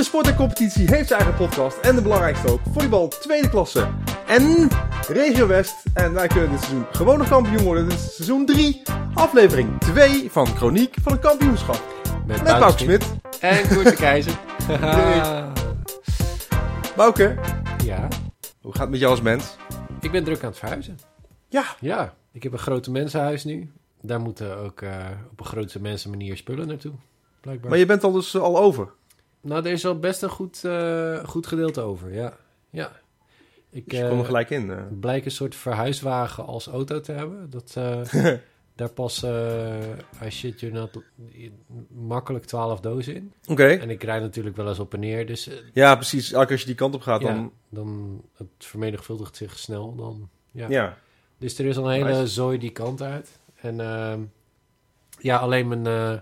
sport en competitie heeft zijn eigen podcast. En de belangrijkste ook, volleybal tweede klasse. En Regio West. En wij kunnen dit seizoen gewoon nog kampioen worden. Dit is seizoen 3, aflevering 2 van Chroniek van het kampioenschap. Met Bouke Smit. En Koert de Keizer. Jee. Bouke, ja, hoe gaat het met jou als mens? ik ben druk aan het verhuizen. Ja, Ja, ik heb een grote mensenhuis nu. Daar moeten ook eh, op een grote mensenmanier spullen naartoe, blijkbaar. maar je bent al dus eh, al over. Nou, er is al best een goed, eh, goed gedeelte over, ja. ja. Ik Dus je komt er eh gelijk in. eh. blijk een soort verhuiswagen als auto te hebben. Dat, eh, daar passen, eh, I shit you not, makkelijk 12 dozen in. Oké. En ik rijd natuurlijk wel eens op en neer, dus eh, Ja, precies. Elke keer Als je die kant op gaat, ja, dan... dan het vermenigvuldigt zich snel. Dan, ja. Ja. ja. Dus er is al een hele Nice. zooi die kant uit. En ehm, ja, alleen mijn eh,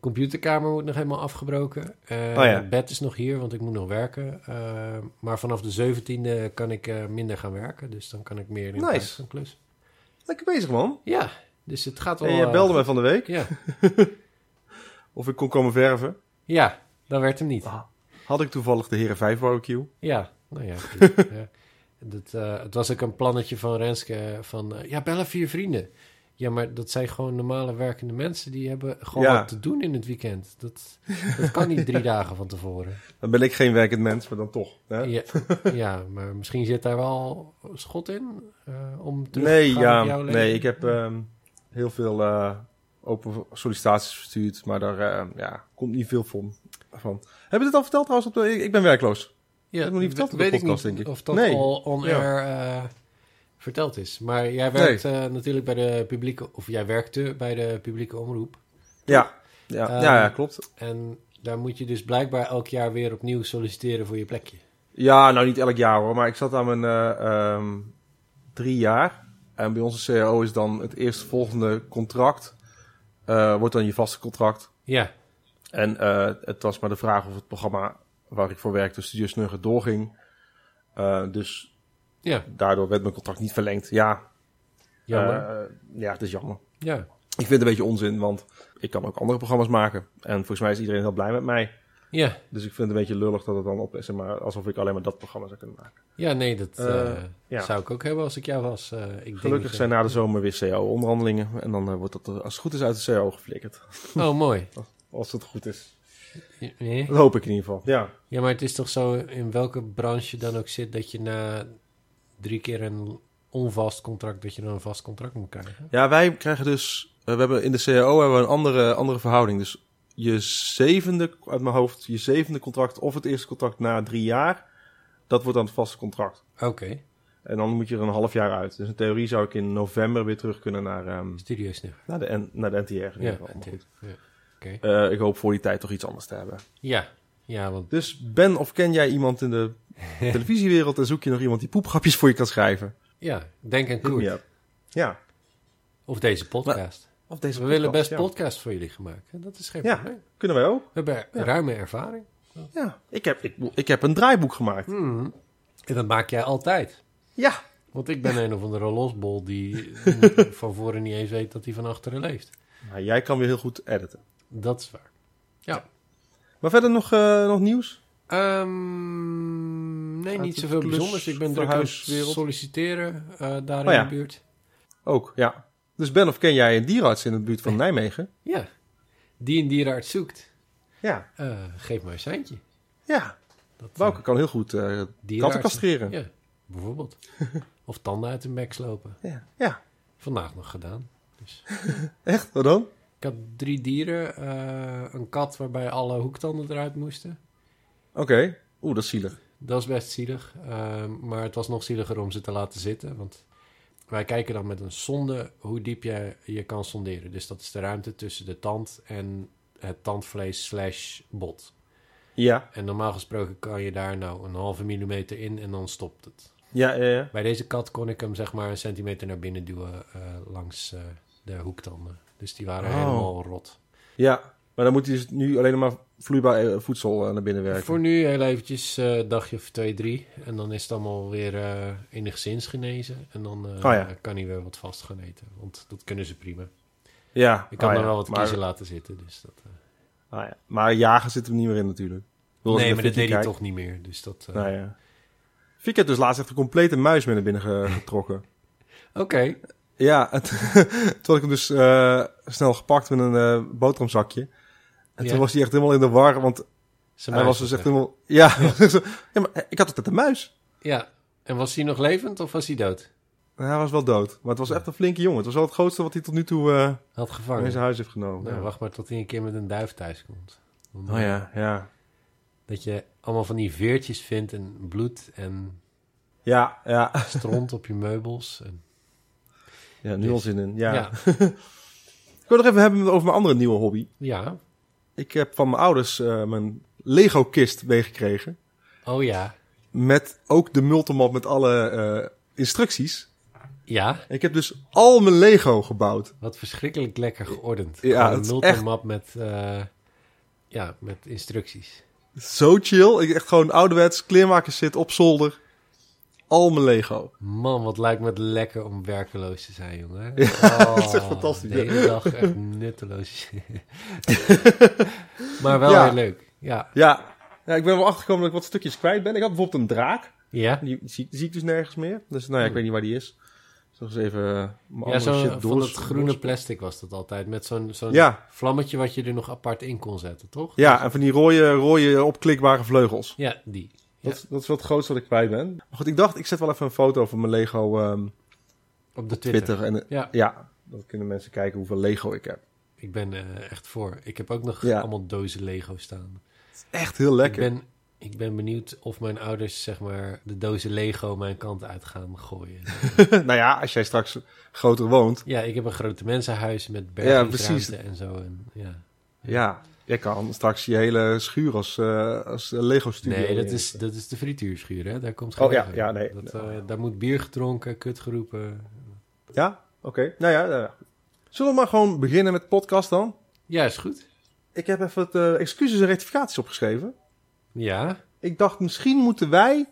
computerkamer wordt nog helemaal afgebroken. Eh, Oh ja. Het bed is nog hier, want ik moet nog werken. Eh, maar vanaf de 17e kan ik eh, minder gaan werken. Dus dan kan ik meer in Nice. plaats van klus. Lekker bezig, man. Ja, dus het gaat wel... En jij eh, belde mij van de week Ja. of ik kon komen verven. ja, dat werd hem niet. Had ik toevallig de Heren 5 barbecue. Ja, nou ja. goed, ja. Dat, eh, het was ook een plannetje van Renske van... eh, ja, bellen vier vrienden. Ja, maar dat zijn gewoon normale werkende mensen. Die hebben gewoon Ja. wat te doen in het weekend. Dat, dat kan niet drie dagen van tevoren. Dan ben ik geen werkend mens, maar dan toch. Hè? Ja, ja, maar misschien zit daar wel schot in eh, om terug Nee, te gaan op ja, jouw leven. nee, ik heb ehm, heel veel eh, open sollicitaties verstuurd, maar daar ehm, ja, komt niet veel van. van. Hebben we dit al verteld trouwens? Op de, ik, ik ben werkloos. Ja, heb nog niet verteld op de weet ik podcast, niet denk ik. Of dat Nee. al on-air eh, verteld is. Maar jij werkt eh, natuurlijk bij de publieke... Of jij werkte bij de publieke omroep. Ja, ja, Ehm, ja, ja, klopt. En daar moet je dus blijkbaar elk jaar weer opnieuw solliciteren voor je plekje. Ja, nou niet elk jaar hoor, maar ik zat aan mijn eh, ehm, drie jaar. En bij onze CAO is dan het eerstvolgende contract, eh, wordt dan je vaste contract. Ja, En eh, het was maar de vraag of het programma waar ik voor werkte, Studio Snugger, doorging. Eh, dus ja, daardoor werd mijn contract niet verlengd. Ja, jammer. Eh, ja, het is jammer. ja, Ik vind het een beetje onzin, want ik kan ook andere programma's maken. En volgens mij is iedereen heel blij met mij. ja, Dus ik vind het een beetje lullig dat het dan op is, zeg maar alsof ik alleen maar dat programma zou kunnen maken. ja, nee, dat Eh, eh, ja. zou ik ook hebben als ik jou was. Eh, ik denk dat Gelukkig je- zijn na de zomer weer CAO-onderhandelingen. En dan eh, wordt dat er, als het goed is uit de CAO geflikkerd. Oh, mooi. Als het goed is. Nee? Dat hoop ik in ieder geval. Ja. Ja, maar het is toch zo in welke branche je dan ook zit dat je na drie keer een onvast contract, dat je dan een vast contract moet krijgen. Ja, wij krijgen dus... eh, we hebben in de CAO hebben we een andere, andere verhouding. Dus je zevende, uit mijn hoofd, je zevende contract of het eerste contract na drie jaar... dat wordt dan het vaste contract. Oké, En dan moet je er een half jaar uit. Dus in theorie zou ik in november weer terug kunnen naar, ehm, studieus nu. naar, de, N- naar de NTR. In ieder Ja, geval. Maar goed. ja. Eh, ik hoop voor die tijd toch iets anders te hebben. ja, ja, want Dus ben of ken jij iemand in de televisiewereld en zoek je nog iemand die poepgrapjes voor je kan schrijven? ja, denk aan Koert. Ja. ja. Of deze podcast. Of deze We willen best podcast, ja. podcast voor jullie gaan maken. Dat is geen Ja. probleem. We Kunnen wij ook? hebben er- ruime ervaring. Ja. Ik heb, ik, ik heb een draaiboek gemaakt. Mhm. En dat maak jij altijd. Ja. Want ik ben een of andere losbol die van voren niet eens weet dat hij van achteren leeft. Maar jij kan weer heel goed editen. Dat is waar. Ja. Maar verder nog, eh, nog nieuws? Ehm, nee, Uit niet de zoveel klus- bijzonders. Ik ben druk aan het verhuiswereld. solliciteren eh, daar Oh in ja. de buurt. Ook, ja. Dus ben of ken jij een dierarts in de buurt van Nijmegen? Ja. Die een dierenarts zoekt. Ja. Eh, geef maar een seintje. Ja. Dat, eh, Wouke kan heel goed eh katten dierenartsen. castreren. Ja, bijvoorbeeld. of tanden uit hun bek slopen. Ja. ja. Vandaag nog gedaan. Dus. Echt? Wat dan? Ik had drie dieren. eh, een kat waarbij alle hoektanden eruit moesten. Oké. Oeh, dat is zielig. Dat is best zielig. ehm, maar het was nog zieliger om ze te laten zitten. Want wij kijken dan met een sonde hoe diep je je kan sonderen. Dus dat is de ruimte tussen de tand en het tandvlees slash bot. Ja. En normaal gesproken kan je daar nou een halve millimeter in en dan stopt het. Ja, ja, ja. Bij deze kat kon ik hem zeg maar een centimeter naar binnen duwen eh, langs eh, de hoektanden. Dus die waren Oh. helemaal rot. Ja. Maar dan moet hij dus nu alleen maar vloeibaar eh, voedsel eh, naar binnen werken. Voor nu heel eventjes eh dagje of twee, drie. En dan is het allemaal weer eh, enigszins genezen. En dan eh, Oh ja. kan hij weer wat vast gaan eten. Want dat kunnen ze prima. Ja. Ik kan ah, dan ja. wel wat maar, oh kiezen laten zitten. Dus dat, eh. ah, ja. Maar jagen zit hem niet meer in natuurlijk. Wil nee, ik maar even dat deed hij kijken. toch niet meer. Dus dat... eh, Nou ja. Fik heeft dus laatst echt een complete muis met naar binnen ge- getrokken. Oké. ja, het- toen had ik hem dus eh, snel gepakt met een eh, boterhamzakje. En Ja. toen was hij echt helemaal in de war, want Zijn hij muis was dus weg. echt helemaal... Ja, ja maar ik had het met de muis. Ja. En was hij nog levend of was hij dood? En hij was wel dood, maar het was echt een flinke jongen. Het was wel het grootste wat hij tot nu toe eh, Had in gevangen. zijn huis heeft genomen. Nou, wacht maar tot hij een keer met een duif thuis komt. Dan, Oh ja, ja. Dat je allemaal van die veertjes vindt en bloed en Ja, ja. stront op je meubels. En, Ja, nu al zin in. Ja. ja. Ik wil nog even hebben over mijn andere nieuwe hobby. Ja. Ik heb van mijn ouders eh, mijn Lego-kist meegekregen. Oh ja. Met ook de multimap met alle eh, instructies. Ja. Ik heb dus al mijn Lego gebouwd. Wat verschrikkelijk lekker geordend. Ja, Gewoon het is Een echt- multimap met, eh, ja, met instructies. Zo chill. Ik echt gewoon ouderwets, kleermakers zit op zolder. Al mijn Lego. Man, wat lijkt me het lekker om werkeloos te zijn, jongen. Oh, dat is echt fantastisch, De ja. hele dag echt nutteloos. maar wel Ja. heel leuk. Ja. Ja. ja, ik ben wel achtergekomen dat ik wat stukjes kwijt ben. Ik had bijvoorbeeld een draak. Ja. Die zie, zie ik dus nergens meer. Dus nou ja, ik weet niet waar die is. Dus nog eens even eh, mijn Hm. Ja, andere zo shit van door- dat groene plastic was dat altijd. Met zo'n zo'n Ja. vlammetje wat je er nog apart in kon zetten, toch? Ja, en van die rode, rode opklikbare vleugels. Ja, die. Dat, is- dat is wel het grootste wat ik kwijt ben. Maar goed, ik dacht, ik zet wel even een foto van mijn Lego ehm, Op de Twitter. Twitter. En, eh, Ja. ja, dan kunnen mensen kijken hoeveel Lego ik heb. Ik ben eh, echt voor. Ik heb ook nog Ja. allemaal dozen Lego staan. Echt heel Ik, lekker. ben, ik ben benieuwd of mijn ouders, zeg maar, de dozen Lego mijn kant uit gaan gooien. nou ja, als jij straks groter woont. ja, ik heb een grote mensenhuis met Ja, precies. bergingsruimte en zo. En, ja. Ja, jij kan straks je hele schuur als, eh, als Lego studio. Nee, dat neerzetten. is, dat is de frituurschuur, hè? Daar komt geen Oh, ja, Lego. ja, nee. Dat, eh, daar moet bier gedronken, kut geroepen. Ja, oké. Nou ja, eh, zullen we maar gewoon beginnen met de podcast dan? Ja, is goed. Ik heb even het, eh, excuses en rectificaties opgeschreven. Ja, Ik dacht, misschien moeten wij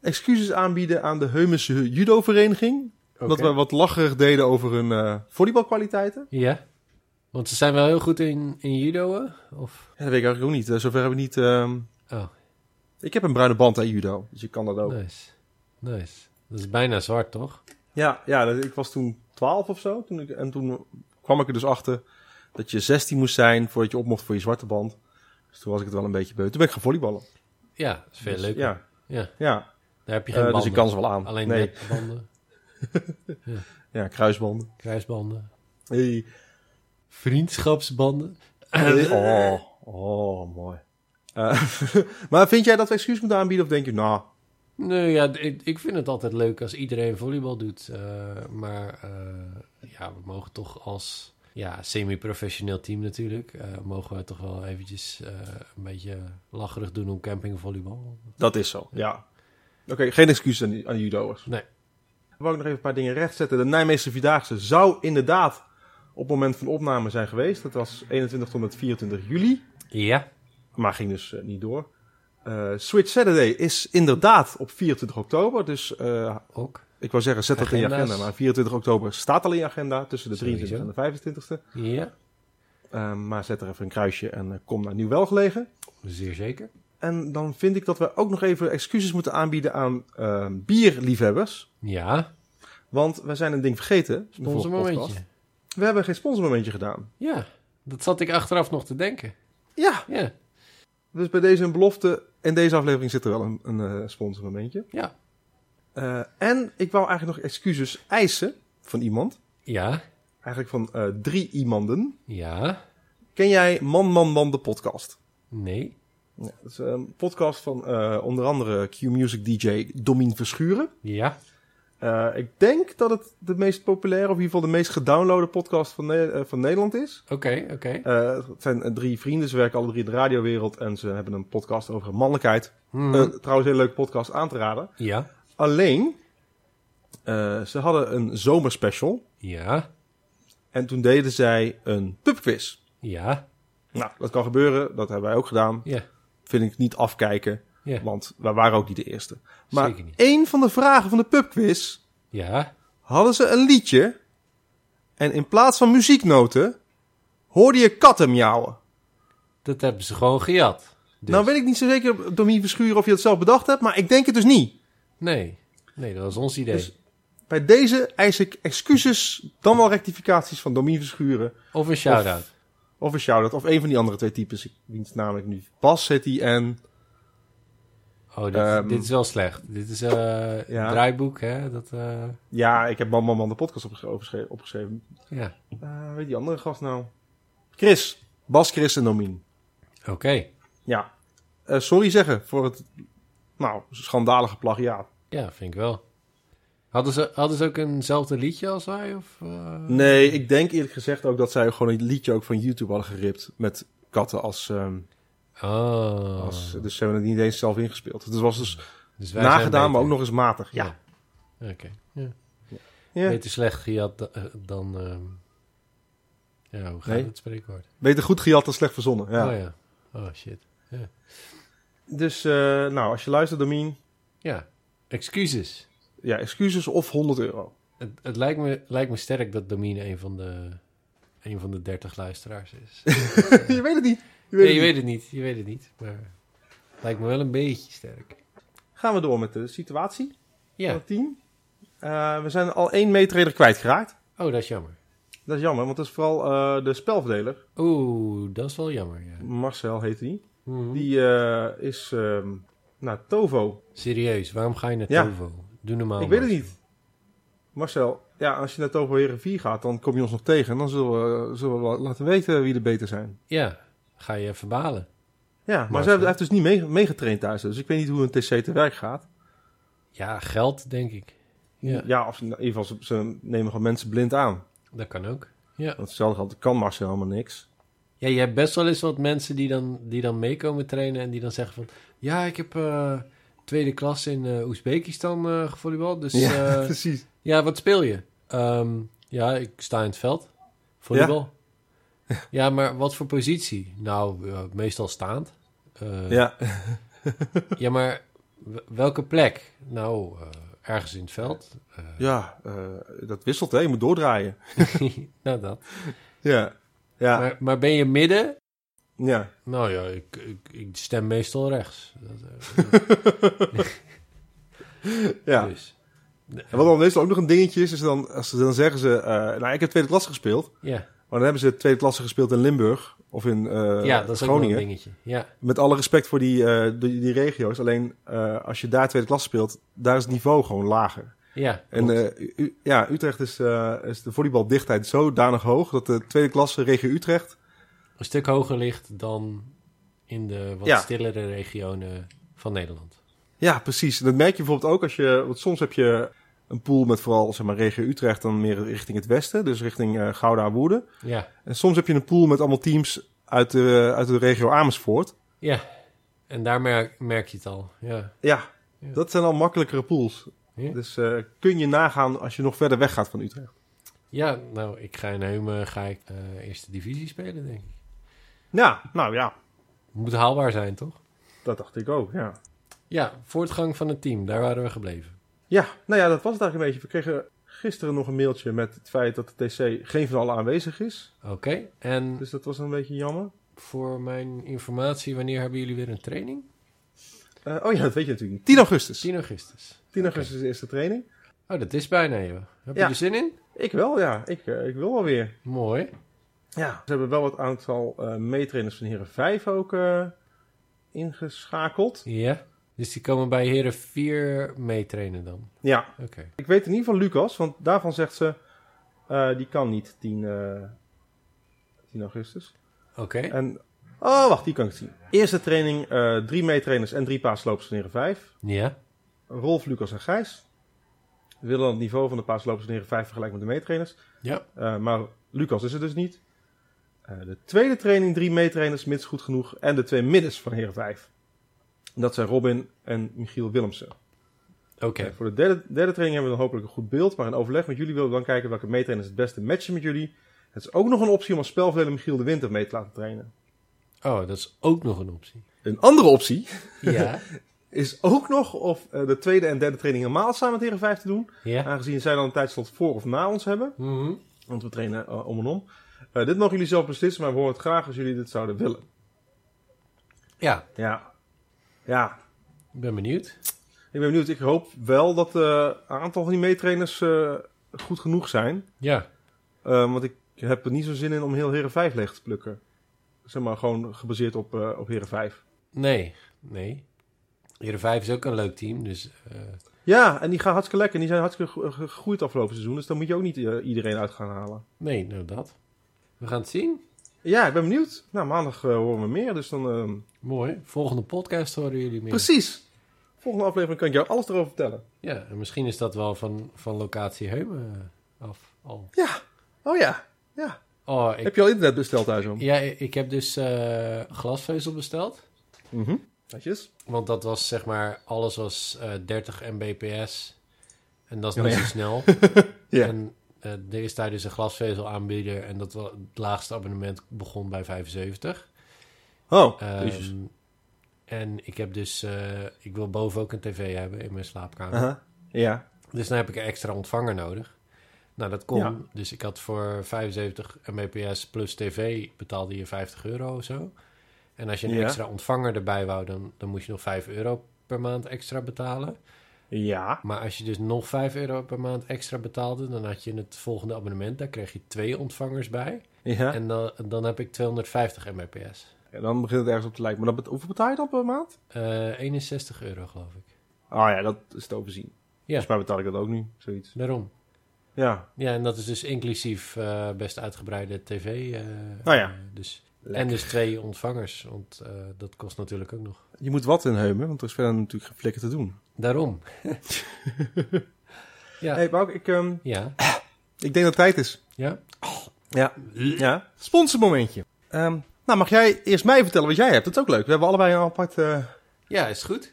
excuses aanbieden aan de Heumense judo-vereniging. Omdat Oké. we wat lacherig deden over hun eh, volleybalkwaliteiten. ja. Want ze zijn wel heel goed in, in judo, hè? Of... Ja, dat weet ik eigenlijk ook niet. Eh, Zover hebben we niet... ehm, Oh, Ik heb een bruine band aan judo, dus ik kan dat ook. nice. Nice. Dat is bijna zwart, toch? Ja, ja dat- ik was toen 12 of zo. Toen ik, en toen kwam ik er dus achter dat je 16 moest zijn voordat je op mocht voor je zwarte band. Dus toen was ik het wel een beetje beu. Toen ben ik gaan volleyballen. Ja, dat is veel Dus leuker. Ja, Ja, ja. daar heb je Eh, geen dus banden. ik kan ze wel aan. Alleen nee. nepbanden, Ja, kruisbanden. kruisbanden, Hey. vriendschapsbanden. Eh, Hey. Oh, oh, mooi. Eh, maar vind jij dat we excuus moeten aanbieden of denk je, nou, Nee, ja, d- ik, ik vind het altijd leuk als iedereen volleybal doet. eh, maar eh, ja, we mogen toch als ja, semi-professioneel team natuurlijk... eh, mogen we toch wel eventjes eh, een beetje lacherig doen om campingvolleybal. dat is zo. Ja. Oké, geen excuus aan, aan judo'ers. Nee. Dan wou ik nog even een paar dingen rechtzetten. De Nijmeegse Vierdaagse zou inderdaad op het moment van opname zijn geweest. Dat was 21 tot en met 24 juli. Ja, Maar ging dus eh, niet door. Eh, Switch Saturday is inderdaad op 24 oktober. Dus eh, ook. ik wou zeggen, zet dat in je Agenda's. agenda. Maar 24 oktober staat al in je agenda. Tussen de Sowieso. 23 en de 25e. Ja, Eh, maar zet er even een kruisje en eh, kom naar Nieuw Welgelegen. zeer zeker. En dan vind ik dat we ook nog even excuses moeten aanbieden aan eh, bierliefhebbers. Ja, Want we zijn een ding vergeten. in de sponsor vorige podcast. momentje. We hebben geen sponsormomentje gedaan. Ja, dat zat ik achteraf nog te denken. Ja, Ja, dus bij deze een belofte. In deze aflevering zit er wel een, een eh, sponsormomentje. ja, Eh, en ik wou eigenlijk nog excuses eisen van iemand. ja, Eigenlijk van eh, drie iemanden. ja. Ken jij Man Man Man de podcast? Nee. Ja, dat is een podcast van eh, onder andere Q-Music DJ Domien Verschuren. Ja. Eh, ik denk dat het de meest populaire, of in ieder geval de meest gedownloade podcast van, Ne- eh, van Nederland is. Oké, oké. Eh, het zijn eh, drie vrienden, ze werken alle drie in de radiowereld en ze hebben een podcast over mannelijkheid. Hmm. Eh, trouwens, een hele leuke podcast aan te raden. ja. Alleen, eh, ze hadden een zomerspecial Ja. en toen deden zij een pubquiz. Ja. Nou, dat kan gebeuren, dat hebben wij ook gedaan. Ja. Vind ik niet afkijken, Ja. want wij waren ook niet de eerste. Maar Zeker niet. één van de vragen van de pubquiz Ja. hadden ze een liedje. En in plaats van muzieknoten hoorde je katten miauwen. Dat hebben ze gewoon gejat. Dus- Nou weet ik niet zo zeker, Domien Verschuren, of je het zelf bedacht hebt, maar ik denk het dus niet. Nee. Nee, dat was ons idee. Dus- Bij deze eis ik excuses, dan wel rectificaties van Domien Verschuren. Of een shout-out. Of een shout-out, of een van die andere twee types. Ik dienst namelijk nu Bas zit hij en... Oh, dit, Ehm, dit is wel slecht. Dit is eh Ja. draaiboek, hè? Dat, eh, Ja, ik heb Man Man Man de podcast opgesche- opgeschreven. opgeschreven. ja, Eh, weet die andere gast nou? Chris. Bas, Chris en Domien. oké. Ja. Eh, sorry zeggen voor het, nou, schandalige plagiaat. Ja, vind ik wel. Hadden ze, hadden ze ook eenzelfde liedje als wij? Of, eh? Nee, ik denk eerlijk gezegd ook dat zij gewoon een liedje ook van YouTube hadden geript. Met katten als... ehm, Oh. als dus ze hebben het niet eens zelf ingespeeld. Dus het was dus Dus wij zijn nagedaan, maar ook beter. nog eens matig. Ja. Oké. Ja. Ja. Beter slecht gejat da- eh, dan... ehm, Ja, hoe gaat Nee. het spreekwoord? Beter goed gejat dan slecht verzonnen. Ja. Oh ja. Oh, shit. Dus, eh, nou, als je luistert, Domien... Ja, excuses. Ja, excuses of 100 euro. Het, het lijkt, me, lijkt me sterk dat Domine een van de, een van de 30 luisteraars is. je weet het niet. Je weet Nee, het je niet. weet het niet. Je weet het niet. Maar het lijkt me wel een beetje sterk. Gaan we door met de situatie van Ja. het team. Eh, we zijn al één meetreder kwijtgeraakt. Oh, dat is jammer. Dat is jammer, want dat is vooral eh, de spelverdeler. Oeh, dat is wel jammer, ja. Marcel heet die. Mhm. Die eh, is ehm naar Tovo. Serieus, waarom ga je naar Ja. Tovo? Doe normaal. Ik weet het Oh, Marcel. niet. Marcel, ja, als je naar Tovo Heren 4 gaat, dan kom je ons nog tegen. En dan zullen we, zullen we wel laten weten wie er beter zijn. Ja, ga je even balen. Ja, maar ze Marcel. heeft, hij heeft dus niet mee- meegetraind thuis. Dus ik weet niet hoe een TC te werk gaat. Ja, geld, denk ik. Ja, Ja, of in ieder geval, ze, ze nemen gewoon mensen blind aan. dat kan ook. Ja. Want hetzelfde geldt, kan Marcel helemaal niks. ja, je hebt best wel eens wat mensen die dan, die dan meekomen trainen en die dan zeggen van... Ja, ik heb eh, tweede klas in eh, Oezbekistan eh gevolleybald, dus... Ja, eh, precies. Ja, wat speel je? Ehm, ja, ik sta in het veld. Volleybal. Ja, maar wat voor positie? Nou, eh, meestal staand. Eh, ja. Ja, maar w- welke plek? Nou, eh, ergens in het veld. ja eh, dat wisselt, hè? Je moet doordraaien. nou, dat. Ja, ja, Maar, maar ben je midden? ja. Nou ja, ik, ik, ik stem meestal rechts. Dat, eh, ja. Dus. En wat dan meestal ook nog een dingetje is, is dan, als ze, dan zeggen ze... eh, nou, ik heb tweede klasse gespeeld. Ja, Maar dan hebben ze tweede klasse gespeeld in Limburg of in eh, ja dat is ook wel een Groningen. dingetje. Ja, Met alle respect voor die, eh, die, die regio's. Alleen eh, als je daar tweede klasse speelt, daar is het niveau gewoon lager. ja. En klopt. eh, U- ja, Utrecht is, eh, is de volleybaldichtheid zodanig hoog... dat de tweede klasse regio Utrecht... een stuk hoger ligt dan in de wat Ja. stillere regionen van Nederland. Ja, precies. En dat merk je bijvoorbeeld ook als je... Want soms heb je een pool met vooral zeg maar, regio Utrecht... dan meer richting het westen, dus richting eh, Gouda, Woerden. Ja, En soms heb je een pool met allemaal teams uit de, uit de regio Amersfoort. Ja, en daar merk, merk je het al. Ja. Ja, Ja. dat zijn al makkelijkere pools. Ja. Dus eh, kun je nagaan als je nog verder weg gaat van Utrecht. ja, nou, ik ga in Heumen ga ik, eh, eerste divisie spelen, denk ik. Ja, nou ja, Moet haalbaar zijn, toch? dat dacht ik ook, ja. Ja, voortgang van het team, daar waren we gebleven. Ja, nou ja, dat was het eigenlijk een beetje. We kregen gisteren nog een mailtje met het feit dat de TC geen van allen aanwezig is. Oké, en Dus dat was een beetje jammer. voor mijn informatie, wanneer hebben jullie weer een training? Eh, oh ja, dat weet je natuurlijk niet. 10 augustus. 10, 10 augustus. augustus is de eerste training. Oh, dat is bijna, joh. Heb Ja. je er zin in? Ik wel, ja. Ik, eh, ik wil wel weer. Mooi. Ja. Ze hebben wel wat aantal eh meetrainers van Heren 5 ook eh, ingeschakeld. Ja, dus die komen bij Heren 4 meetrainen dan. Ja, Oké. ik weet in ieder geval Lucas, want daarvan zegt ze... eh, die kan niet 10, eh, 10 augustus. Oké, En, oh, wacht, die kan ik zien. Eerste training, eh, drie meetrainers en drie paaslopers van Heren 5. ja. Rolf, Lucas en Gijs. We willen dan het niveau van de paaslopers van Heren 5 vergelijken met de meetrainers. Ja, Eh, maar Lucas is er dus niet. Eh, de tweede training, drie meetrainers, mits goed genoeg. En de twee middens van Heren 5. Dat zijn Robin en Michiel Willemsen. oké. Eh, voor de derde, derde training hebben we dan hopelijk een goed beeld. Maar in overleg met jullie willen we dan kijken welke meetrainers het beste matchen met jullie. Het is ook nog een optie om als spelverdeler Michiel de Winter mee te laten trainen. Oh, dat is ook nog een optie. Een andere optie Ja, is ook nog of eh, de tweede en derde training helemaal samen met Heren 5 te doen. ja. Aangezien zij dan een tijdslot voor of na ons hebben. Mhm. Want we trainen eh, om en om. Eh, dit mogen jullie zelf beslissen, maar we horen het graag als jullie dit zouden willen. Ja, Ja. Ja. ik ben benieuwd. Ik ben benieuwd. Ik hoop wel dat eh, een aantal van die meetrainers eh, goed genoeg zijn. Ja, Eh, want ik heb er niet zo zin in om heel Heren 5 leeg te plukken. Zeg maar gewoon gebaseerd op, eh op Heren 5. nee, nee. Heren 5 is ook een leuk team, dus eh, Ja, en die gaan hartstikke lekker. En die zijn hartstikke gro- ge- gegroeid afgelopen seizoen. Dus dan moet je ook niet eh, iedereen uit gaan halen. nee, nou dat. We gaan het zien. Ja, ik ben benieuwd. Nou, maandag eh, horen we meer. Dus dan. ehm, Mooi. Volgende podcast horen jullie meer. Precies. Volgende aflevering kan ik jou alles erover vertellen. Ja, en misschien is dat wel van, van locatie Heumen eh, af al. Ja. Oh ja. Ja. Oh, ik, Heb je al internet besteld thuis om? ja, ik heb dus eh, glasvezel besteld. Mhm. Netjes. Want dat was zeg maar, alles was eh 30 mbps. En dat is Oh, niet ja. zo snel. Ja. En eh, er is daar dus een glasvezel aanbieder. En dat wa- het laagste abonnement begon bij 75. Oh. Ehm, jezus. en ik heb dus, eh, ik wil boven ook een tv hebben in mijn slaapkamer. Aha. Ja. Dus dan heb ik een extra ontvanger nodig. Nou, dat kon. Ja. Dus ik had voor 75 mbps plus tv betaalde je 50 euro of zo. En als je een Ja. extra ontvanger erbij wou, dan, dan moest je nog 5 euro per maand extra betalen. Ja. Maar als je dus nog 5 euro per maand extra betaalde, dan had je het volgende abonnement. Daar kreeg je twee ontvangers bij. Ja. En En dan, dan heb ik 250 mbps. dan begint het ergens op te lijken. Maar dat bet- hoeveel betaal je dan per maand? Eh 61 euro, geloof ik. Oh ja, dat is te overzien. Ja. Volgens mij betaal ik dat ook nu. Zoiets. Daarom. Ja. Ja, en dat is dus inclusief eh, best uitgebreide tv. eh Nou ja. eh, dus En Lekker. dus twee ontvangers, want eh, dat kost natuurlijk ook nog. Je moet wat in Heumen, want er is verder natuurlijk geen flikker te doen. Daarom. ja. hey, Bouk, ik, ehm, ja, ik denk dat het tijd is. ja. Ja. Ja. Sponsormomentje. Ehm, nou, mag jij eerst mij vertellen wat jij hebt? Dat is ook leuk. We hebben allebei een apart... eh, Ja, is goed.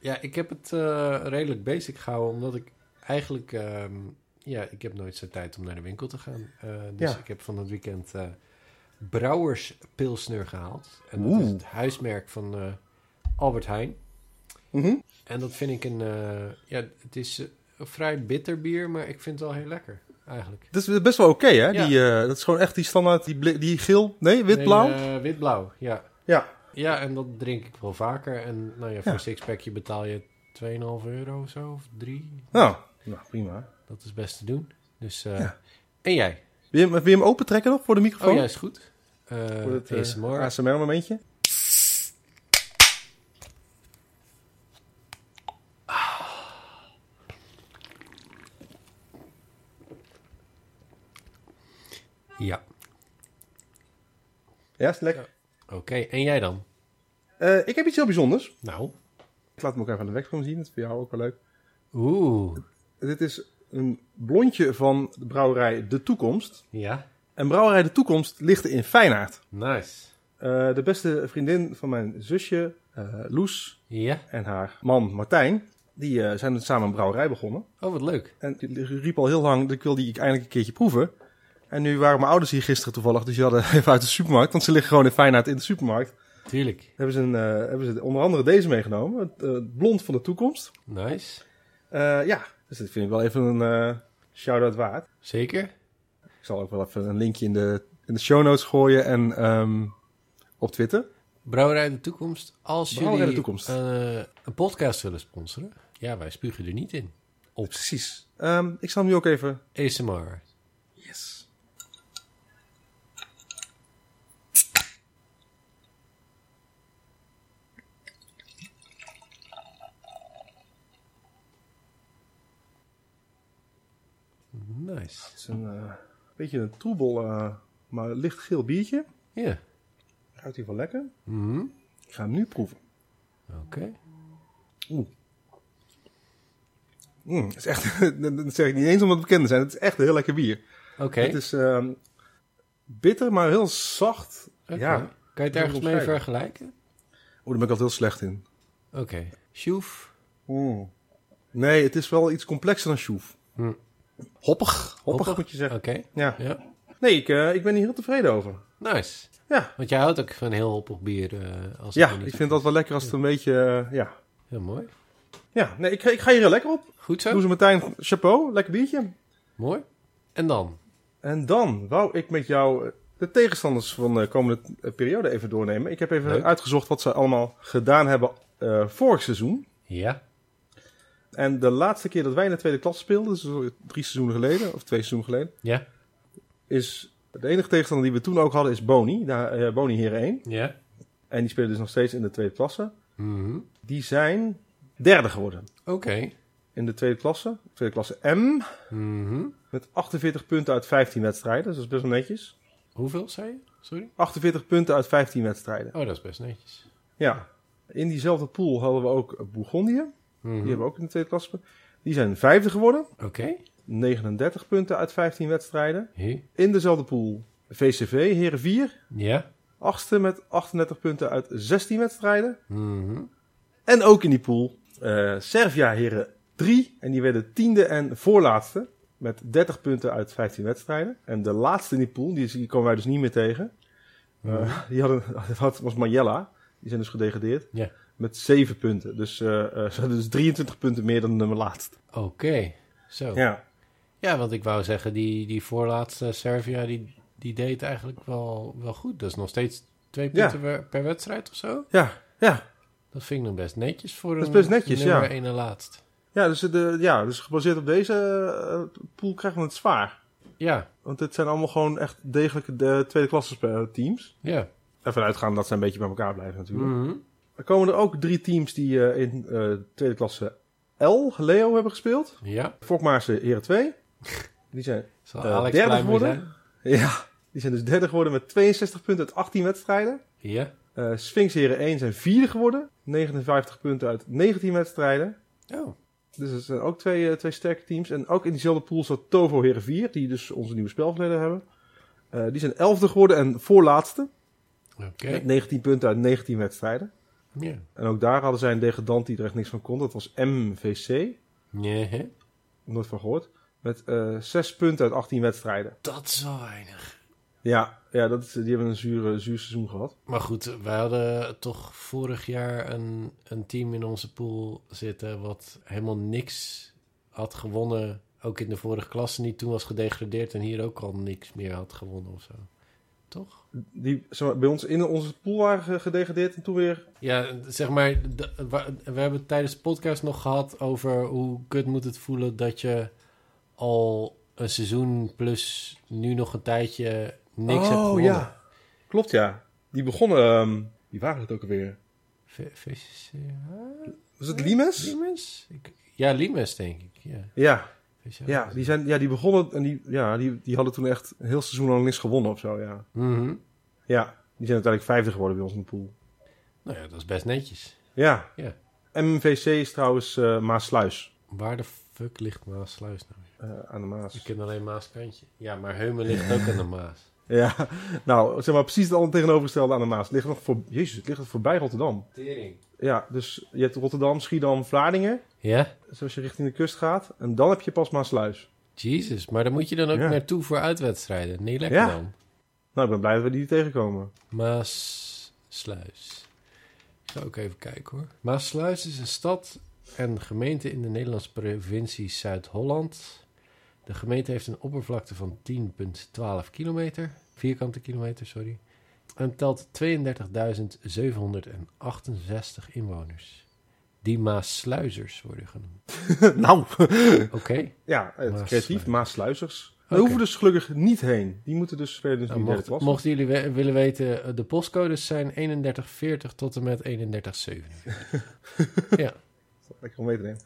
Ja, ik heb het eh, redelijk basic gehouden, omdat ik eigenlijk... ehm, ja, ik heb nooit zo tijd om naar de winkel te gaan. Eh, dus Ja. ik heb van het weekend eh Brouwers Pilsner gehaald. En dat is Oeh. het huismerk van eh, Albert Heijn. mhm. En dat vind ik een... eh, ja, het is eh, een vrij bitter bier, maar ik vind het wel heel lekker, eigenlijk. Dat is best wel oké, hè? Ja. Die, eh, dat is gewoon echt die standaard, die, bli- die geel, nee, wit-blauw. Nee, eh, witblauw, ja. ja. Ja, en dat drink ik wel vaker. En nou ja, voor Ja. een sixpackje betaal je 2,5 euro of zo, of 3. Nou, nou, prima. Dat is best te doen. Dus, eh, Ja. En jij? Wil je, hem- wil je hem open trekken nog voor de Oh, microfoon? ja, is goed. Eh Voor het eh, ASMR. ASMR-momentje. Ja, Ja, is het lekker. oké. En jij dan? Eh, ik heb iets heel bijzonders. Nou. Ik laat hem ook even aan de wegscherm zien, dat is voor jou ook wel leuk. Oeh. Dit is een blondje van de brouwerij De Toekomst. Ja, En brouwerij De Toekomst ligt in Feyenaard. nice. Eh, de beste vriendin van mijn zusje, eh, Loes, Ja, en haar man Martijn... Die eh, zijn samen een brouwerij begonnen. oh wat leuk. En ik riep al heel lang, ik wil die eindelijk een keertje proeven. En nu waren mijn ouders hier gisteren toevallig, dus die hadden even uit de supermarkt. Want ze liggen gewoon in Feyenoord in de supermarkt. Tuurlijk. Hebben ze, een, eh, hebben ze onder andere deze meegenomen, het eh, blond van de toekomst. Nice. Eh, ja, dus dat vind ik wel even een eh, shout-out waard. Zeker? Ik zal ook wel even een linkje in de, in de show notes gooien en ehm, op Twitter. Brouwerij de Toekomst. Als Brouwerij jullie de Toekomst. eh, een podcast willen sponsoren. Ja, wij spugen er niet in. Op Precies. Ehm, ik zal hem nu ook even... ASMR. Yes. Nice. Het is een eh, beetje een troebel, eh, maar licht geel biertje. Ja. Ruikt hier wel lekker. Mhm. Ik ga hem nu proeven. Oké. Oeh. Mm, het is echt, dat zeg ik niet eens omdat het bekend zijn. Het is echt een heel lekker bier. Oké. Het is ehm, bitter, maar heel zacht. Oké. Ja. Kan je het Dat ergens moet mee omschrijven. vergelijken? Oeh, Oh, daar ben ik altijd heel slecht in. Oké. Sjoef. Mm. Nee, het is wel iets complexer dan Sjoef. Hm. Hoppig. Hoppig? Hoppig moet je Oké. zeggen. Ja. Ja. Nee, ik, eh, ik ben hier heel tevreden over. Nice. Ja, Want jij houdt ook van heel hoppig bier. eh, als ja er niet- ik vind dat wel lekker als het een beetje... eh, ja. Heel mooi. ja, nee, ik, ik ga hier heel lekker op. Goed zo. Doe ze Martijn, chapeau, lekker biertje. Mooi. En dan? En dan wou ik met jou eh, de tegenstanders van de komende eh, periode even doornemen. Ik heb even Leuk. uitgezocht wat ze allemaal gedaan hebben eh, vorig seizoen. Ja. En de laatste keer dat wij in de tweede klas speelden, dus drie seizoenen geleden, of twee seizoenen geleden, Ja. is de enige tegenstander die we toen ook hadden, is Boni. Daar, eh, Boni Heren 1. Ja. En die spelen dus nog steeds in de tweede klasse. Mhm. Die zijn derde geworden Oké. in de tweede klasse. Tweede klasse M. Mhm. Met 48 punten uit 15 wedstrijden. Dus dat is best wel netjes. Hoeveel zei je? Sorry? 48 punten uit 15 wedstrijden. Oh, dat is best netjes. Ja. In diezelfde pool hadden we ook Bourgondië. Mhm. Die hebben we ook in de tweede klasse. gespeeld. Die zijn vijfde geworden. Oké. 39 punten uit 15 wedstrijden. Hier. In dezelfde pool VCV, Heren 4. Ja. Achtste met 38 punten uit 16 wedstrijden. Mhm. En ook in die pool eh Servia heren 3. En die werden tiende en voorlaatste. Met 30 punten uit 15 wedstrijden. En de laatste in die pool, die, is- die komen wij dus niet meer tegen. Eh, die hadden, dat was Marjella. Die zijn dus gedegradeerd. Ja. Met 7 punten. Dus eh, eh, ze hadden dus 23 punten meer dan de nummer laatst. Oké. Zo. Ja. Ja. want ik wou zeggen, die, die voorlaatste Servia, die, die deed eigenlijk wel, wel goed. Dat is nog steeds twee Ja. punten per, per wedstrijd of zo. Ja. Ja. Dat vind ik nog best netjes voor Dat is een best netjes, nummer ja. één en laatst. Ja, dus, de, ja, dus gebaseerd op deze eh, pool krijgen we het zwaar. Ja. Want het zijn allemaal gewoon echt degelijke de, tweede klasse spe- teams. Ja. Even uitgaan dat ze een beetje bij elkaar blijven natuurlijk. Mhm. Er komen er ook drie teams die eh, in eh, tweede klasse L, Leo, hebben gespeeld. Ja. Fokmaarse Heren 2. Die zijn, Zal Eh, Alex derde blij mee geworden? zijn? ja, die zijn dus derde geworden met 62 punten uit 18 wedstrijden. Ja. Eh Sphinx Heren 1 zijn vierde geworden. 59 punten uit 19 wedstrijden. Oh. Dus dat zijn ook twee, eh, twee sterke teams. En ook in diezelfde pool zat Tovo Heren 4, die dus onze nieuwe spelverleden hebben. Eh, die zijn elfde geworden en voorlaatste. Oké. Met 19 punten uit 19 wedstrijden. Ja. En ook daar hadden zij een degradant die er echt niks van kon. Dat was MVC. Nee, hè? nooit van gehoord. Met eh 6 punten uit 18 wedstrijden. Dat is wel weinig. Ja, ja dat is, die hebben een zuur, eh, zuur seizoen gehad. Maar goed, wij hadden toch vorig jaar een, een team in onze pool zitten... wat helemaal niks had gewonnen. Ook in de vorige klasse niet. Toen was gedegradeerd en hier ook al niks meer had gewonnen of zo. Toch? Die zeg maar, bij ons in onze pool waren ge- gedegradeerd en toen weer. Ja, zeg maar, de- wa- we hebben het tijdens de podcast nog gehad over hoe kut moet het voelen dat je al een seizoen plus nu nog een tijdje niks hebt gewonnen. Oh, ja. Klopt ja. Die begonnen. ehm, die waren het ook alweer. V- VCCH? Was het Limes? Limes? Ik- ja, Limes denk ik. Ja, Ja, VCCH. ja, die zijn, ja, die begonnen en die, ja, die, die hadden toen echt een heel seizoen lang niks gewonnen of zo. Ja. Mhm. ja, die zijn uiteindelijk vijfde geworden bij ons in de pool. Nou ja, dat is best netjes. Ja. Ja. MVC is trouwens eh, Maasluis Waar de fuck ligt Maasluis nou weer? eh, aan de Maas. Ik ken alleen Maaskantje. Ja, maar Heumen ligt ook aan de Maas. Ja, nou, zeg maar precies het andere tegenovergestelde aan de Maas. Het Ligt nog voor, jezus, het ligt nog voorbij Rotterdam. Tering. Ja, dus je hebt Rotterdam, Schiedam, Vlaardingen, Ja? zoals je richting de kust gaat. En dan heb je pas Maasluis. Jezus, maar daar moet je dan ook Ja. naartoe voor uitwedstrijden. Nee, lekker Ja. dan. Nou, ik ben blij dat we die tegenkomen. Maasluis. Ik ga ook even kijken hoor. Maasluis is een stad en gemeente in de Nederlandse provincie Zuid-Holland. De gemeente heeft een oppervlakte van 10,12 kilometer, vierkante kilometer, sorry. En telt 32.768 inwoners. Die Maasluizers worden genoemd. nou, Oké, ja, het Maasluis. creatief, Maasluizers. We Oké. hoeven dus gelukkig niet heen. Die moeten dus spelen dus nou, niet mocht, was. mochten jullie we- willen weten, eh, de postcodes zijn 3140 tot en met 3170. ja. Lekker om mee te nemen.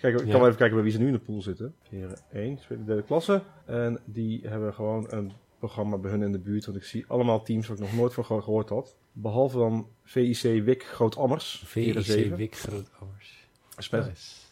Kijk, ik kan Ja. wel even kijken bij wie ze nu in de pool zitten. Heren 1, spelen de derde klasse. En die hebben gewoon een programma bij hun in de buurt. Want ik zie allemaal teams waar ik nog nooit van ge- gehoord had. Behalve dan VIC Wik Groot Ammers. Heren VIC zeven. Wik Groot Ammers. Spelen. Nice.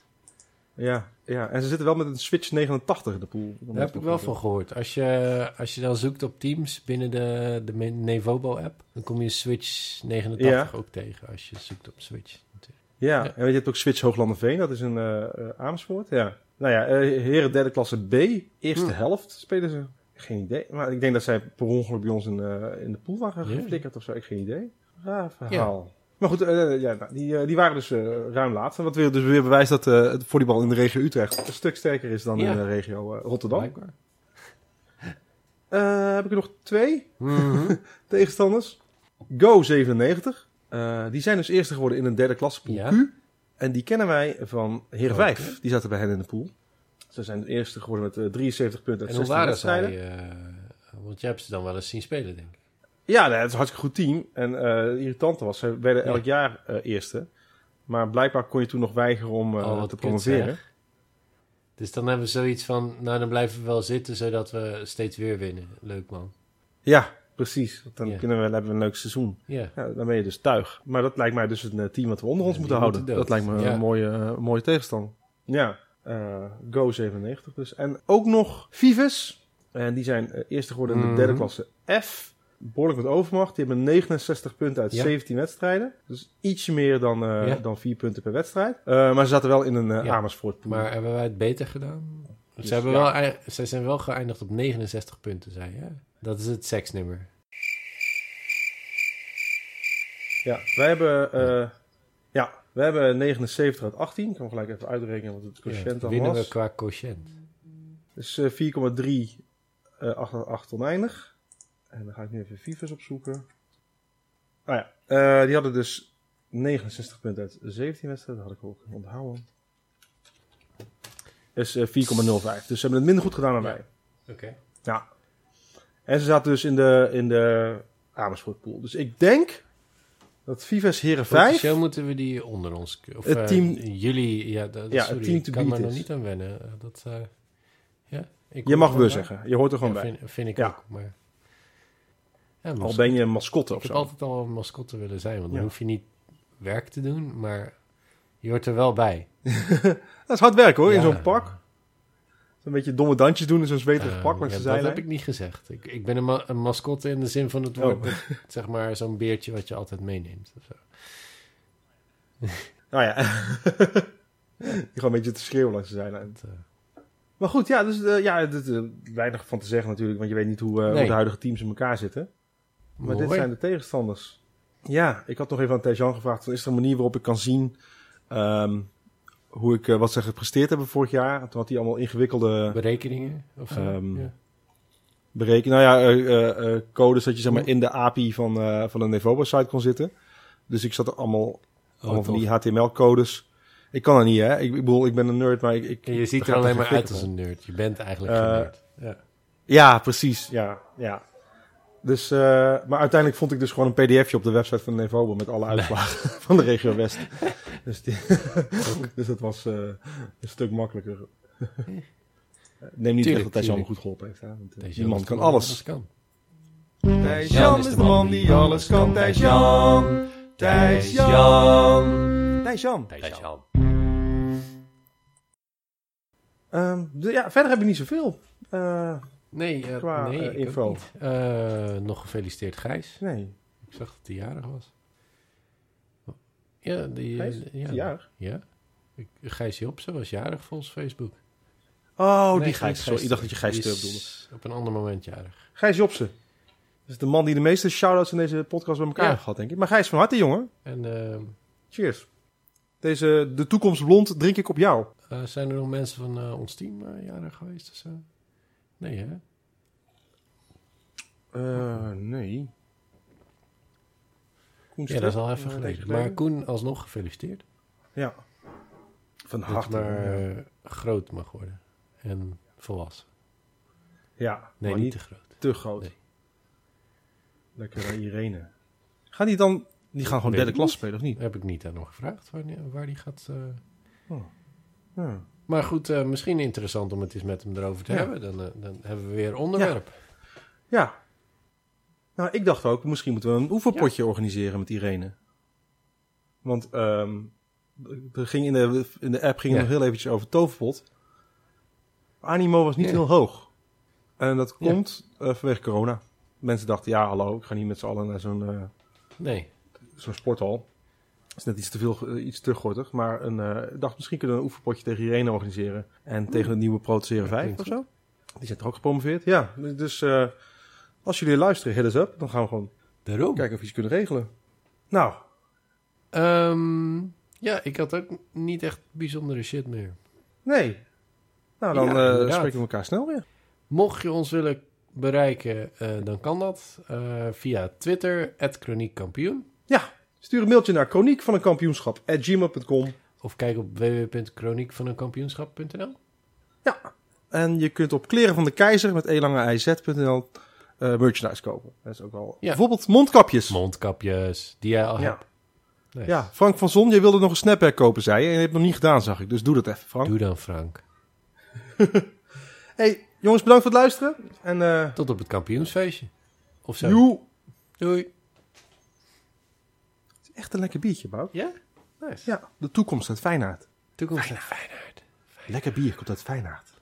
Ja, ja, en ze zitten wel met een Switch 89 in de pool. Daar heb ik wel van gehoord. Als je, als je dan zoekt op Teams binnen de, de Me- Nevobo-app, dan kom je Switch 89 ook tegen als je zoekt op Switch. natuurlijk. Ja, en Ja. weet je, je hebt ook Switch Hooglanderveen. Dat is een eh eh, Amersfoort. Ja. Nou ja, eh, heren derde klasse B. Eerste Hm. helft spelen ze. Geen idee. Maar ik denk dat zij per ongeluk bij ons in, eh, in de pool waren Ja. geflikkerd of zo. Ik heb geen idee. Raar verhaal. Maar goed, eh, ja, nou, die, eh, die waren dus eh, ruim laatst. Wat weer, dus weer bewijst dat eh, het volleybal in de regio Utrecht een stuk sterker is dan Ja. in de regio eh, Rotterdam. Blijkbaar. Eh, heb ik er nog twee Mhm. tegenstanders. Go 97. Eh, die zijn dus eerste geworden in een derde klasse pool Ja. Q. En die kennen wij van Heer Oké. 5. Die zaten bij hen in de pool. Ze zijn de eerste geworden met eh, 73 punten uit En hoe 16 waren wedstrijden. zij? eh, want jij hebt ze dan wel eens zien spelen, denk ik. Ja, nee, het is een hartstikke goed team. En eh het irritante was, ze werden Ja. elk jaar eh, eerste. Maar blijkbaar kon je toen nog weigeren om eh, Oh, wat te kut, promoveren. zeg. Dus dan hebben we zoiets van, nou dan blijven we wel zitten, zodat we steeds weer winnen. Leuk man. Ja, precies. Want dan Ja. kunnen we, dan hebben we een leuk seizoen. Ja. Ja, dan ben je dus tuig. Maar dat lijkt mij dus een eh, team wat we onder Ja, ons die moeten moeten houden. dat dood. lijkt me Ja. een mooie, eh, mooie tegenstander. Ja, eh, Go 97 dus. En ook nog Vives. En die zijn eh, eerste geworden in de Mhm. derde klasse F. Behoorlijk met overmacht. Die hebben 69 punten uit Ja. 17 wedstrijden. Dus ietsje meer dan, eh Ja. dan 4 punten per wedstrijd. Eh, maar ze zaten wel in een eh Ja. Amersfoort pool. Maar hebben wij het beter gedaan? Dus, ze, hebben ja. wel, ei- ze zijn wel geëindigd op 69 punten, zei je. Dat is het seksnummer. Ja, wij hebben, eh, ja, wij hebben 79 uit 18. Ik kan gelijk even uitrekenen wat het Ja, coëfficiënt dan winnen was. we qua quotient. Dus eh, 4,3 eh 8, 8 oneindig. En dan ga ik nu even Vivus opzoeken. Nou ja, eh, die hadden dus 69 punten uit 17 wedstrijden. Dat had ik ook onthouden. Dus eh, 4,05. Dus ze hebben het minder goed gedaan dan Ja. wij. Oké. Ja. En ze zaten dus in de, in de Amersfoort pool. Dus ik denk dat Vivus Heren 5... Officieel moeten we die onder ons... k- Of, Het eh, team- jullie, ja, dat, Ja, het sorry, team ik to kan beat daar nog is. niet aan wennen. Eh, Dat, eh, ja, ik Je mag wel we zeggen. Je hoort er gewoon ja, bij. Vind, vind ik Ja. ook, maar... Ja, Al mascotte. ben je een mascotte Ik of heb zo. altijd al een mascotte willen zijn, want dan Ja. hoef je niet werk te doen, maar je hoort er wel bij. Dat is hard werk hoor, in Ja. zo'n pak. Zo'n beetje domme dansjes doen in zo'n zweterig Eh, pak. Maar ja, ze dat zijn heb ik niet gezegd. Ik, ik ben een, ma- een mascotte in de zin van het Oh. woord. dat- Zeg maar zo'n beertje wat je altijd meeneemt. Of zo. Nou ja. Die gewoon een beetje te schreeuwen langs de zijlijn. Dat, eh, Maar goed, ja, dus, eh, ja er is eh, weinig van te zeggen natuurlijk. Want je weet niet hoe, eh, hoe Nee. de huidige teams in elkaar zitten. Maar dit mooi. zijn de tegenstanders. Ja, ik had nog even aan Tejan gevraagd. Van, is er een manier waarop ik kan zien ehm, hoe ik, eh, wat ze gepresteerd hebben vorig jaar? En Toen had hij allemaal ingewikkelde berekeningen of zo. Ehm, ja. berekenen. Nou ja, eh, eh, eh, codes dat je zeg maar in de API van, eh, van een Nevobo-site kon zitten. Dus ik zat er allemaal, allemaal van tof. die HTML-codes. Ik kan dat niet, hè? Ik, ik bedoel, ik ben een nerd, maar ik... ik En je ziet er gaat alleen er maar geen uit flikker als een nerd. Je bent eigenlijk Eh, geen nerd. Ja. Ja, precies. Ja, ja. Dus, eh, maar uiteindelijk vond ik dus gewoon een pdfje op de website van Nevobo met alle uitslagen van de regio West. Dus, die, dus dat was eh, een stuk makkelijker. Neem niet Tuurlijk, echt dat Thijs Jan tuurlijk. goed geholpen heeft. Hè? Want, eh, Deze die man jongen kan alles. kan. Thijs Jan is de man die alles kan. Thijs Jan. Thijs Jan. Thijs Jan. Ehm, de- ja, verder heb ik niet zoveel. Eh, Nee, eh, Qua, nee eh, ik ook info. niet. Eh, nog gefeliciteerd Gijs. nee. Ik zag dat hij jarig was. Ja, die... Gijs? eh, Ja. ja, Ja. Ik- Gijs Jobsen was jarig volgens Facebook. Oh, Nee, die Gijs. Sorry, ik dacht dat je Gijs die Steur is bedoelde. Op een ander moment jarig. Gijs Jobsen. Dat is de man die de meeste shout-outs in deze podcast bij elkaar Ja. heeft gehad, denk ik. Maar Gijs, van harte, jongen. En ehm, Cheers. Deze De Toekomst Blond drink ik op jou. eh, zijn er nog mensen van eh, ons team eh, jarig geweest of zo? Nee, hè? Eh, nee. Koen Ja, dat is al even Stek, eh, geleden. denk ik Maar Koen, alsnog gefeliciteerd. Ja. Van Dat je harte. maar ja. eh, groot mag worden. En volwassen. Ja, Nee, maar niet te groot. te groot. Nee. Lekker naar Irene. Gaan die dan... Die gaan gewoon Weet derde ik klas spelen, of niet? Heb ik niet aan hem gevraagd wanneer- waar die gaat... eh, Ja. Maar goed, eh, misschien interessant om het eens met hem erover te Ja. hebben. Dan, eh, dan hebben we weer onderwerp. ja. Nou, ik dacht ook, misschien moeten we een oefenpotje organiseren met Irene. Want ehm, er ging in, de, in de app ging er Ja. nog heel eventjes over toverpot. Animo was niet Ja. heel hoog. En dat Ja. komt eh, vanwege corona. Mensen dachten, ja hallo, ik ga niet met z'n allen naar zo'n... eh, Nee. zo'n sporthal. Dat is net iets te veel, eh, iets te gortig. Maar een, eh, ik dacht, misschien kunnen we een oefenpotje tegen Irene organiseren. En tegen de nieuwe Protesteren 5 klinkt of zo. Die zijn toch ook gepromoveerd? Ja, dus eh, als jullie luisteren, hit us up. Dan gaan we gewoon Daarom. kijken of we iets kunnen regelen. Nou, Ehm, ja, ik had ook niet echt bijzondere shit meer. nee. Nou, dan Ja, eh, inderdaad. spreken we elkaar snel weer. Mocht je ons willen bereiken, eh, dan kan dat eh, via Twitter, @kroniekkampioen. Stuur een mailtje naar chroniek van een kampioenschap at gmail.com. Of kijk op www.kroniekvaneenkampioenschap.nl. En je kunt op kleren van de keizer met e elangeIz.nl eh merchandise kopen. Dat is ook wel. Ja. Bijvoorbeeld mondkapjes. Mondkapjes, die jij al Ja. hebt. Nice. Ja, Frank van Zon, je wilde nog een snapback kopen, zei je. En je hebt het nog niet gedaan, zag ik. Dus doe dat even, Frank. Doe dan, Frank. Hey, jongens, bedankt voor het luisteren. En eh Tot op het kampioensfeestje. Of zo. joe. Doei. Het is echt een lekker biertje, Bout. Ja? Nice. Ja, de toekomst uit Feyenoord. Toekomst naar Feyenoord. Lekker bier komt uit Feyenoord.